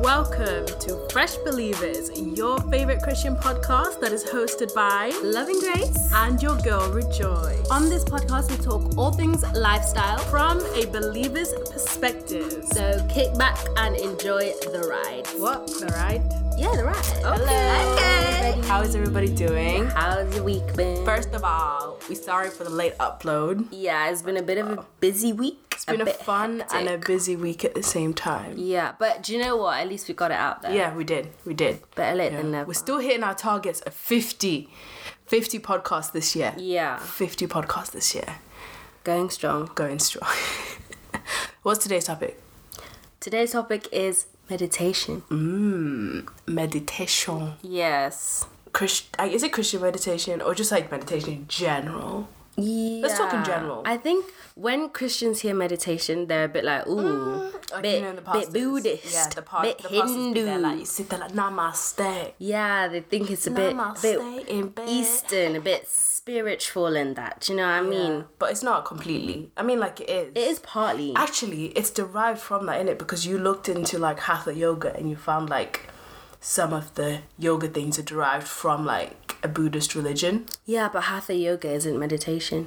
Welcome to Fresh Believers, your favorite Christian podcast that is hosted by Loving Grace. and your girl Rejoice. On this podcast, we talk all things lifestyle. From a believer's perspective. So kick back and enjoy the ride. What? The ride? Yeah, the ride. Hello. Okay. How is everybody doing? How's your week been? First of all, we sorry for the late upload. yeah, it's been a bit of a busy week. It's been a, fun and a busy week at the same time. Yeah, but do you know what? At least we got it out there. Yeah, we did. We did. Better late than never. We're still hitting our targets of 50. 50 podcasts this year. Yeah. 50 podcasts this year. Going strong. Going strong. What's today's topic? Today's topic is meditation. Mm. Hmm, Meditation. Yes. Christ- like, is it Christian meditation or just like meditation in general? Yeah. talk in general. I think when Christians hear meditation, they're a bit like, ooh, Mm, Like, bit, you know, the bit pastors. Buddhist, Yeah, the, pa- bit the pastors Hindu. be there, like, you sit there like, namaste. Yeah, they think it's a bit, bit Namaste in bed. Eastern, a bit spiritual and that. Do you know what I mean? Yeah, But it's not completely. I mean, like, it is. It is partly. Actually, it's derived from that, innit? Because you looked into like Hatha yoga and you found like some of the yoga things are derived from like a Buddhist religion. yeah, but hatha yoga isn't meditation.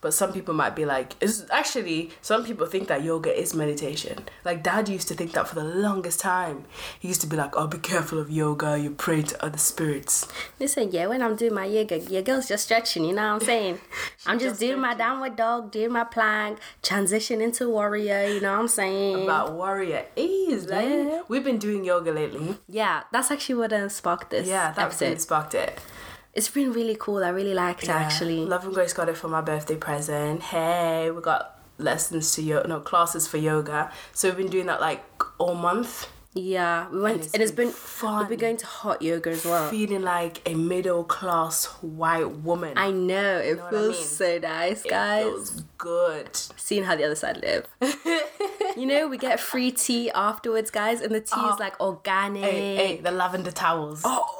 But some people might be like, it's actually, some people think that yoga is meditation. Like, dad used to think that for the longest time. He used to be like, oh, be careful of yoga, you pray to other spirits. Listen, yeah, when I'm doing my yoga, your girl's just stretching, you know what I'm saying? I'm just, just doing my downward dog, doing my plank, transition into warrior, you know what I'm saying? About warrior ease, like, Yeah. we've been doing yoga lately. yeah, that's actually what uh, sparked this Yeah, that episode. really sparked it. It's been really cool. I really liked it, actually. Love and Grace got it for my birthday present. Hey, we got lessons to yoga, no, classes for yoga. So we've been doing that like all month. yeah, we went, it's and it's been been fun. We've been going to hot yoga as well. Feeling like a middle class white woman. I know, it what I feels mean? so nice, It guys. feels good. seeing how the other side live. you know, we get free tea afterwards, guys, and the tea is like organic. Hey, hey, the lavender towels. Oh,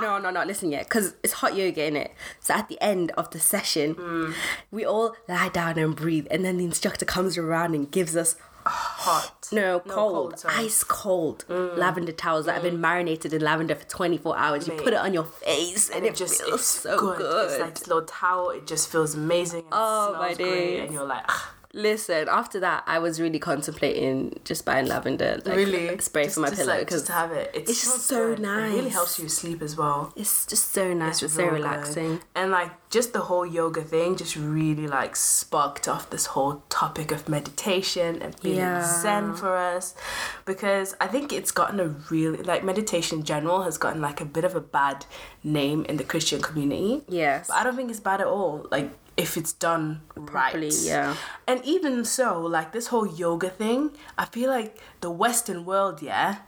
No, no, no, listen yet, because it's hot yoga in it. So at the end of the session, we all lie down and breathe, and then the instructor comes around and gives us hot. no, cold, cold, Mm. sorry. ice cold lavender towels that have been marinated in lavender for 24 hours. You Mate. put it on your face, and, And it just feels it's so good. good. It's like this little towel. It just feels amazing. And Oh, it my smells great. days. And you're like, "Ah, Listen, after that, I was really contemplating just buying lavender like, really? spray just, for my just, pillow like, because just to have it. It it's smells just so good. It really nice. helps you sleep as well. It's just so nice. It's, so real good. relaxing. And like just the whole yoga thing just really like sparked off this whole topic of meditation and being Yeah. zen for us because I think it's gotten a really like meditation in general has gotten like a bit of a bad name in the Christian community. Yes. But I don't think it's bad at all. Like if it's done Properly, right. yeah. And even so, like this whole yoga thing, I feel like the Western world, yeah,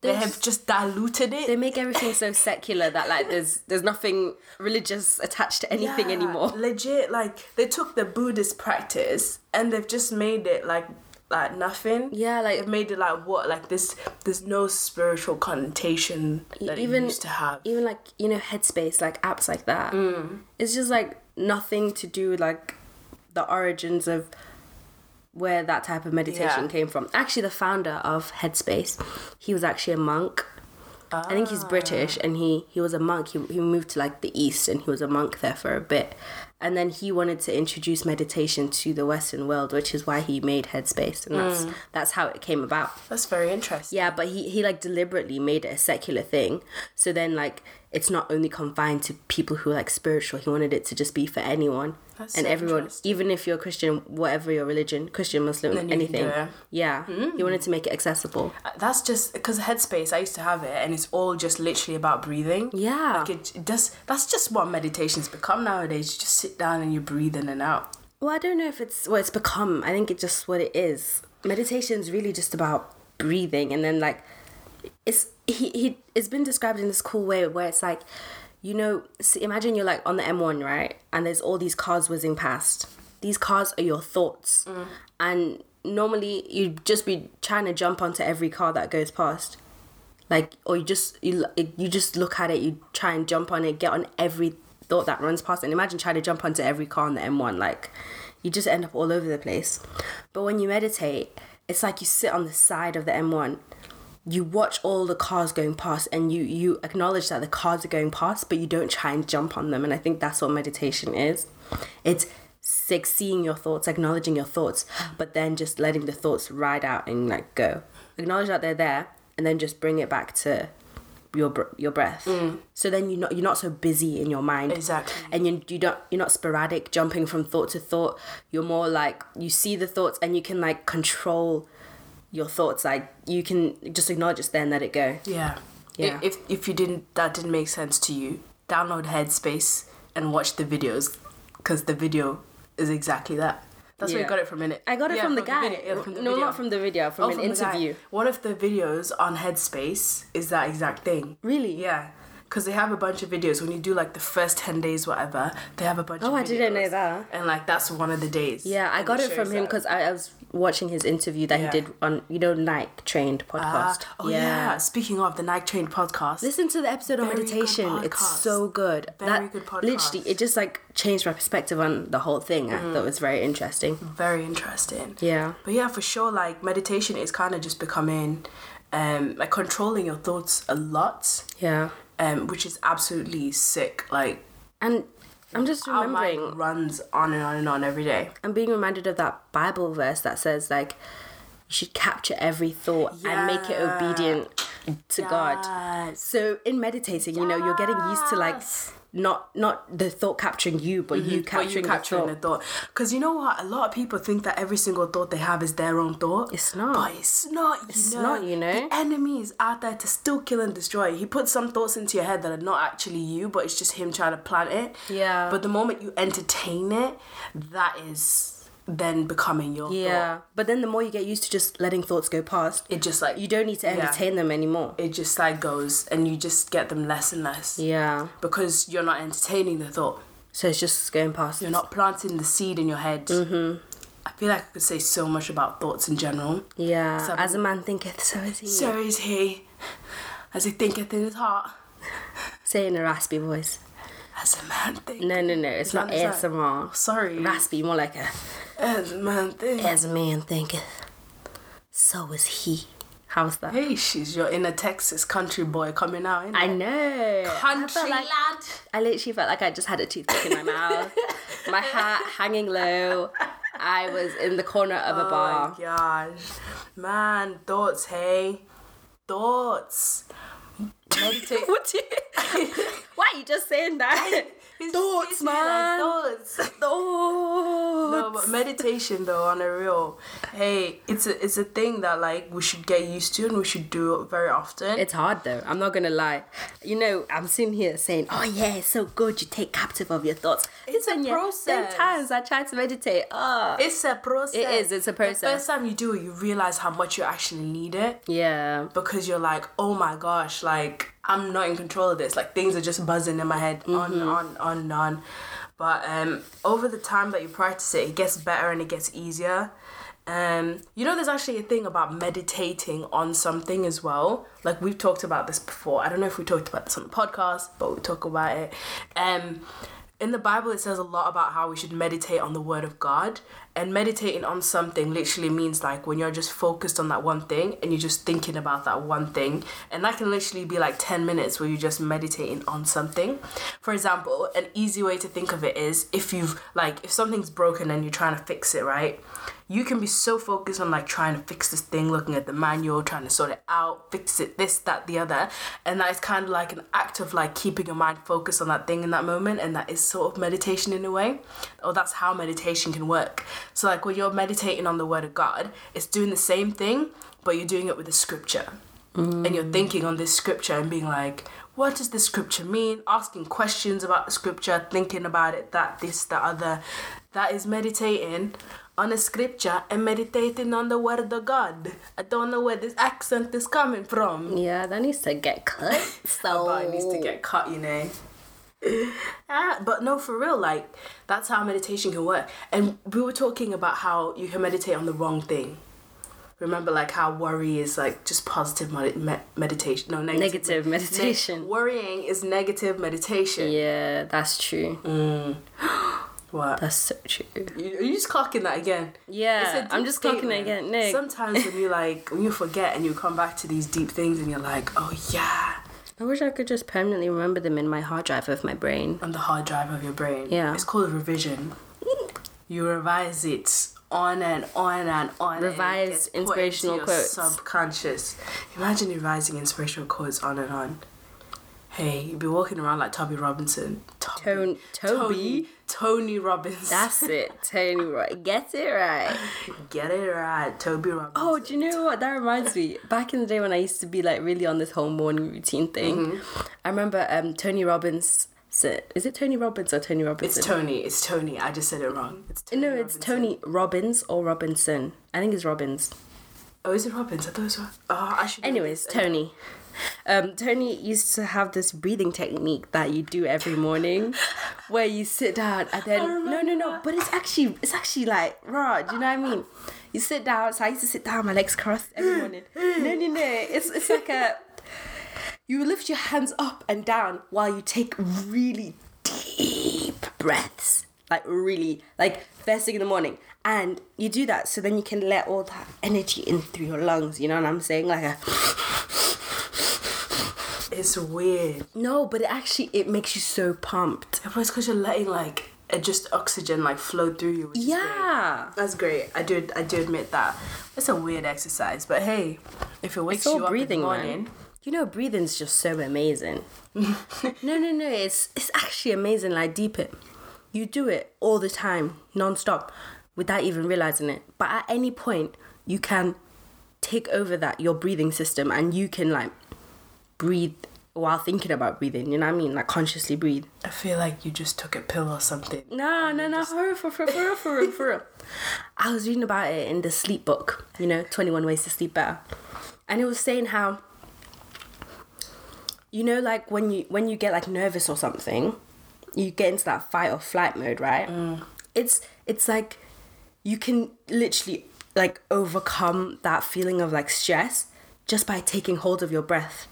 they There's- have just diluted it. They make everything so secular that like there's there's nothing religious attached to anything Yeah, anymore. Legit, like they took the Buddhist practice and they've just made it like like nothing. Yeah, like- they've made it like what like this. There's no spiritual connotation that E- even- e- it used to have. Even like you know Headspace, like apps like that. It's just like nothing to do with like the origins of where that type of meditation Yeah. came from. Actually, the founder of Headspace, he was actually a monk. I think he's British, and he he was a monk. He he moved to like the east, and he was a monk there for a bit, and then he wanted to introduce meditation to the Western world, which is why he made Headspace, and that's that's how it came about. That's very interesting. Yeah, but he, he like deliberately made it a secular thing. So then like it's not only confined to people who are like spiritual. He wanted it to just be for anyone That's and so everyone, interesting. even if you're Christian, whatever your religion, Christian, Muslim, Then you can do anything. it. Yeah, he wanted to make it accessible. Uh, That's just because Headspace. I used to have it, and it's all just literally about breathing. Yeah. like it, it does. That's just what meditation's become nowadays. You just sit down and you breathe in and out. Well, I don't know if it's what it's become. I think it's just what it is. Meditation is really just about breathing, and then like, it's he he. It's been described in this cool way where it's like, you know, s imagine you're like on the M1, right? And there's all these cars whizzing past. These cars are your thoughts, and normally you'd just be trying to jump onto every car that goes past like or you just you l- you just look at it you try and jump on it get on every thought that runs past and imagine trying to jump onto every car on the m1 like you just end up all over the place but when you meditate it's like you sit on the side of the M1 you watch all the cars going past and you you acknowledge that the cars are going past but you don't try and jump on them and i think that's what meditation is it's like seeing your thoughts acknowledging your thoughts but then just letting the thoughts ride out and like go acknowledge that they're there and then just bring it back to your br- your breath so then you're not you're not so busy in your mind Exactly. and you, you don't you're not sporadic jumping from thought to thought you're more like you see the thoughts and you can like control your thoughts like you can just acknowledge it's there and let it go Yeah. Yeah. If if you didn't that didn't make sense to you, download Headspace and watch the videos because the video is exactly that. That's where you Yeah. got it from, innit? i got it Yeah, from the guy video- yeah, from the no video. not from the video from Oh, an the guy. interview One of the videos on Headspace is that exact thing. Really? Yeah. Because they have a bunch of videos. When you do like the first 10 days, whatever, they have a bunch of Oh, I didn't know videos. that. And like that's one of the days. yeah i And got it it from shows him that. because I, I was watching his interview that Yeah. he did on you know nike trained Ah, podcast oh, yeah. Speaking of the Night Trained podcast. Listen to the episode on Very good meditation. It's podcast. so good. Very that good podcast. literally it just like changed my perspective on the whole thing. I Mm. thought it was very interesting. very interesting. Yeah. But yeah, for sure, like meditation is kind of just becoming, um, like controlling your thoughts a lot, Yeah. um, which is absolutely sick. Like And I'm just our remembering mind runs on and on and on every day. I'm being reminded of that Bible verse that says like you should capture every thought and make it Yeah. obedient to God. Yes. So in meditating, you know, you're getting used to like Yes. Mm-hmm. not not the thought capturing you, but you But you capturing, capturing the the thought. thought, because you know what? A lot of people think that every single thought they have is their own thought. It's not. But it's not. You It's know? not, you know? the enemy is out there to still kill and destroy. He puts some thoughts into your head that are not actually you, but it's just him trying to plant it. Yeah. But the moment you entertain it, that is then becoming your yeah. thought. But then the more you get used to just letting thoughts go past, It just like you don't need to Yeah. entertain them anymore. It just like goes, and you just get them less and less Yeah. because you're not entertaining the thought. So it's just going past. You're not planting the seed in your head. Mm-hmm. I feel like I could say so much about thoughts in general. Yeah. So- As a man thinketh, so is he. So is he, as he thinketh in his heart, Say it in a raspy voice. as a man thinketh. No, no, no. It's that- not is that- ASMR. Sorry, Raspy, more like a. as a man thinketh. As a man thinketh, so is he. How's that? Hey, she's your inner Texas country boy coming out. innit? I know. I, country felt like, lad. I literally felt like I just had a toothpick in my mouth, my hat hanging low. I was in the corner of a Oh bar. my gosh. Man, thoughts, hey. Thoughts. Meditate. What do you, why are you just saying that? He's- Thoughts, he's saying, man. Like, thoughts. No, Thoughts. but meditation though, on a real, hey, it's a it's a thing that like we should get used to and we should do it very often. It's hard though. I'm not gonna lie. You know, I'm sitting here saying, "Oh yeah, it's so good. You take captive of your thoughts." It's a Listen, yeah, process. Ten times I tried to meditate. Oh, It's a process. It is, it's a The process. first time you do it, you realize how much you actually need it yeah, because you're like, oh my gosh, like I'm not in control of this. Like things are just buzzing in my head on on on and on. But um, over the time that you practice it, it gets better and it gets easier. Um, you know, there's actually a thing about meditating on something as well. Like we've talked about this before. I don't know if we talked about this on the podcast, but we talk about it. Um, in the Bible, it says a lot about how we should meditate on the Word of God. And meditating on something literally means like when you're just focused on that one thing and you're just thinking about that one thing. And that can literally be like 10 minutes where you're just meditating on something. For example, an easy way to think of it is if you've like, if something's broken and you're trying to fix it, right? You can be so focused on like trying to fix this thing, looking at the manual, trying to sort it out, fix it, this, that, the other. And that is kind of like an act of like keeping your mind focused on that thing in that moment. And that is sort of meditation in a way. Or that's how meditation can work. So, like when you're meditating on the Word of God, it's doing the same thing, but you're doing it with the scripture and you're thinking on this scripture and being like, what does this scripture mean? Asking questions about the scripture, thinking about it, that, this, the other. That is meditating on a scripture and meditating on the word of God. I don't know where this accent is coming from. yeah, that needs to get cut. So But it needs to Oh. get cut, you know. Ah, but no, for real, like, that's how meditation can work. And we were talking about how you can meditate on the wrong thing. Remember, like, how worry is, like, just positive med- med- meditation. No, negative. negative meditation. Worrying is negative meditation. yeah, that's true. What? That's so true. You- Are you just clocking that again? It's a Yeah, deep I'm just clocking statement. it again. No, Sometimes when you like when you forget and you come back to these deep things and you're like, oh yeah, I wish I could just permanently remember them in my hard drive of my brain. on the hard drive of your brain. Yeah. It's called revision. You revise it on and on and on. and it Revise gets put into inspirational your quotes. Subconscious. Imagine revising inspirational quotes on and on. Hey, you'd be walking around like Toby Robinson. Toby. Ton- Toby? Tony Robinson. That's it, Tony. Right, get it right. Get it right, Toby Robinson. Oh, do you know what? That reminds me. Back in the day when I used to be like really on this whole morning routine thing, Mm-hmm. I remember um Tony Robbins. Is it Tony Robbins or Tony Robinson? It's Tony. It's Tony. I just said it wrong. It's Tony no, it's Robinson. Tony Robbins or Robinson. I think it's Robbins. Oh, is it Robbins? I thought it was. Ro- Oh, I should. know Anyways, this. Tony. Um, Tony used to have this breathing technique that you do every morning, where you sit down and then no, no, no. But it's actually it's actually like raw. Do you know what I mean? You sit down. So I used to sit down, my legs crossed every morning. No, no, no. It's it's like a you lift your hands up and down while you take really deep breaths. Like really, like first thing in the morning. And you do that so then you can let all that energy in through your lungs, you know what I'm saying? Like a It's weird. No, but it actually it makes you so pumped. Yeah, but it's because you're letting like uh, just oxygen like flow through you. which is great. Yeah. that's great. I do. I do admit that. It's a weird exercise, but hey, if it wakes It's all you up breathing, in the man. morning, You know, breathing's just so amazing. no, no, no. It's it's actually amazing. Like deep it. You do it all the time, non-stop, without even realizing it. But at any point, you can take over that your breathing system, and you can like breathe while thinking about breathing. You know what I mean? Like consciously breathe. I feel like you just took a pill or something. No, no, no, for real, for real, for real, for real, for real. I was reading about it in the sleep book, you know, 21 Ways to Sleep Better. And it was saying how, you know, like when you when you get like nervous or something, you get into that fight or flight mode, right? It's it's like you can literally like overcome that feeling of like stress just by taking hold of your breath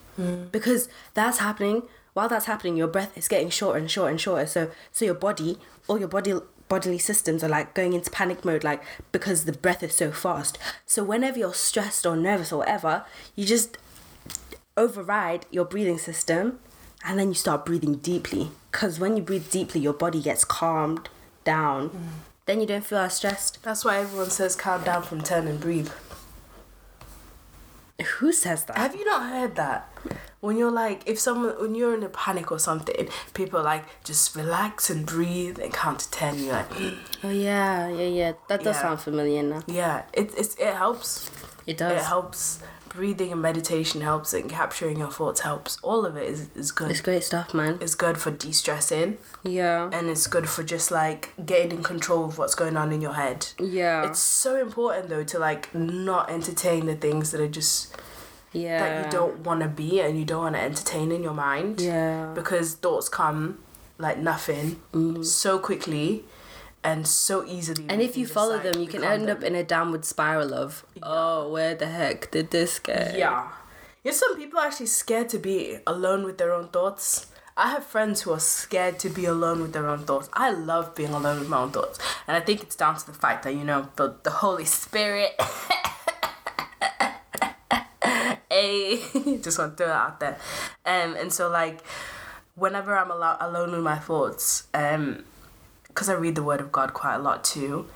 because that's happening while that's happening your breath is getting shorter and shorter and shorter so so your body all your body bodily systems are like going into panic mode like because the breath is so fast so whenever you're stressed or nervous or whatever you just override your breathing system and then you start breathing deeply because when you breathe deeply your body gets calmed down then you don't feel as stressed That's why everyone says calm down from ten and breathe. who says that Have you not heard that? When you're like, if someone, when you're in a panic or something, people are like, just relax and breathe and count to 10. You're like, oh yeah yeah yeah that does Yeah. sound familiar now yeah, it, it's, it helps. it It does helps. Breathing and meditation helps, and capturing your thoughts helps. All of it is, is good. it's great stuff man It's good for de stressing, yeah and it's good for just like getting in control of what's going on in your head. yeah It's so important though to like not entertain the things that are just yeah that you don't want to be and you don't want to entertain in your mind. yeah because thoughts come like nothing so quickly and so easily. Mm-hmm. and we if you just, follow like, them you can become end up in a downward spiral of oh where the heck did this go Yeah. You know, some people are actually scared to be alone with their own thoughts. I have friends who are scared to be alone with their own thoughts. I love being alone with my own thoughts. And I think it's down to the fact that, you know, the, the Holy Spirit. hey, just want to throw that out there. Um, and so, like, whenever I'm alo- alone with my thoughts, um, because I read the Word of God quite a lot too,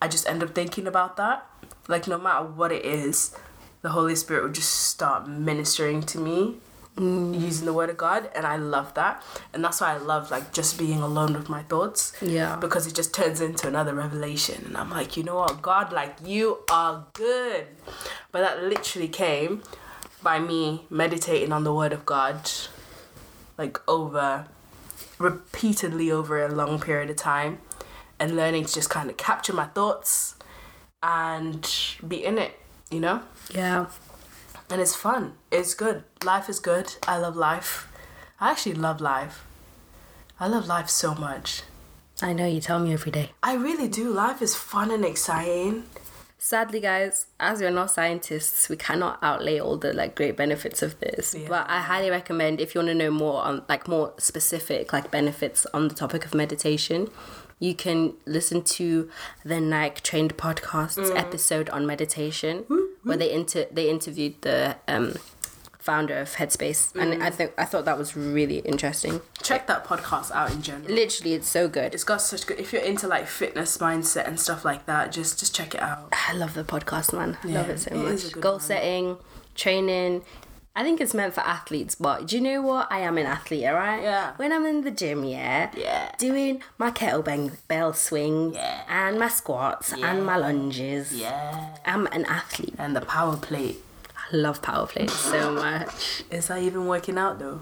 I just end up thinking about that. Like no matter what it is, the Holy Spirit would just start ministering to me using the Word of God, and I love that. And that's why I love like just being alone with my thoughts. Yeah. Because it just turns into another revelation, and I'm like, you know what, God, like you are good. But that literally came by me meditating on the Word of God, like over repeatedly over a long period of time and learning to just kind of capture my thoughts and be in it, you know? yeah And it's fun. It's good. Life is good. I love life. I actually love life. I love life so much. i know you tell me every day I really do. Life is fun and exciting. sadly guys as we're not scientists we cannot outlay all the like great benefits of this but i highly recommend if you want to know more on like more specific like benefits on the topic of meditation you can listen to the Nike Trained Podcasts episode on meditation, where they inter- they interviewed the um, founder of Headspace, and I think I thought that was really interesting. Check that podcast out in general. Literally, it's so good. It's got such good. If you're into like fitness mindset and stuff like that, just just check it out. I love the podcast, man. I love Yeah, it so it is a much. good Goal one. setting, training. I think it's meant for athletes, but do you know what? I am an athlete, all right? Yeah. When I'm in the gym, yeah. Yeah. Doing my kettlebell swings Yeah. and my squats and my lunges. Yeah. I'm an athlete. And the power plate. I love power play so much. Is that even working out though?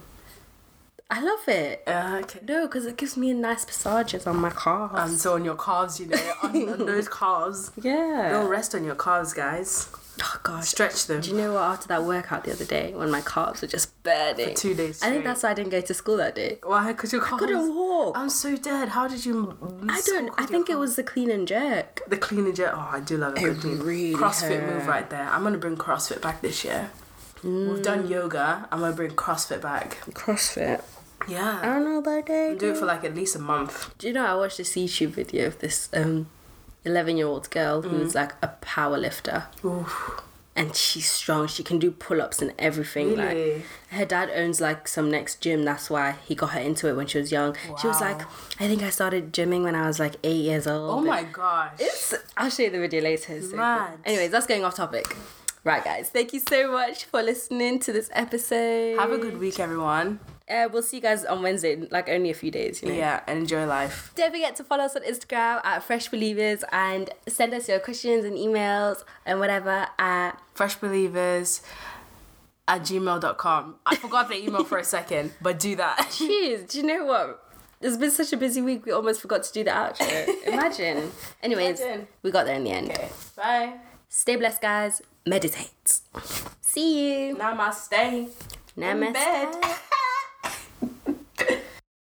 I love it. Uh, okay. No, because it gives me a nice massages on my calves. And so on your calves, you know, on, on those calves. yeah. Don't rest on your calves, guys. Oh gosh. Stretch them. Do you know what? After that workout the other day, when my calves were just burning, two days I think straight. that's why I didn't go to school that day. Why? Because your calves. couldn't walk. I'm so dead. How did you? I don't. I think it was the clean and jerk. The clean and jerk. Oh, I do love a good clean. really CrossFit hurt. move right there. I'm gonna bring CrossFit back this year. We've Mm. done yoga. I'm gonna bring CrossFit back. CrossFit. I Yeah. don't know about that. Do it for like at least a month. Do you know? I watched this YouTube video of this um, eleven-year-old girl who's like a power lifter, Oof. and she's strong. She can do pull-ups and everything. Really? Like her dad owns like some next gym. That's why he got her into it when she was young. She was Wow. like, I think I started gymming when I was like eight years old. Oh and- my gosh. It's, I'll show you the video later. it's so cool. Mad. Anyways, that's going off topic. Right, guys. Thank you so much for listening to this episode. Have a good week, everyone. Uh, we'll see you guys on Wednesday, in, like only a few days, you know. Yeah, and enjoy life. Don't forget to follow us on Instagram at Fresh Believers and send us your questions and emails and whatever at Fresh believers at gmail.com. I forgot the email for a second, but do that. Jeez, do you know what? It's been such a busy week, we almost forgot to do the outro. Imagine. Anyways, Imagine. we got there in the end. Okay. Bye. Stay blessed, guys. Meditate. See you. Namaste. Namaste. bed.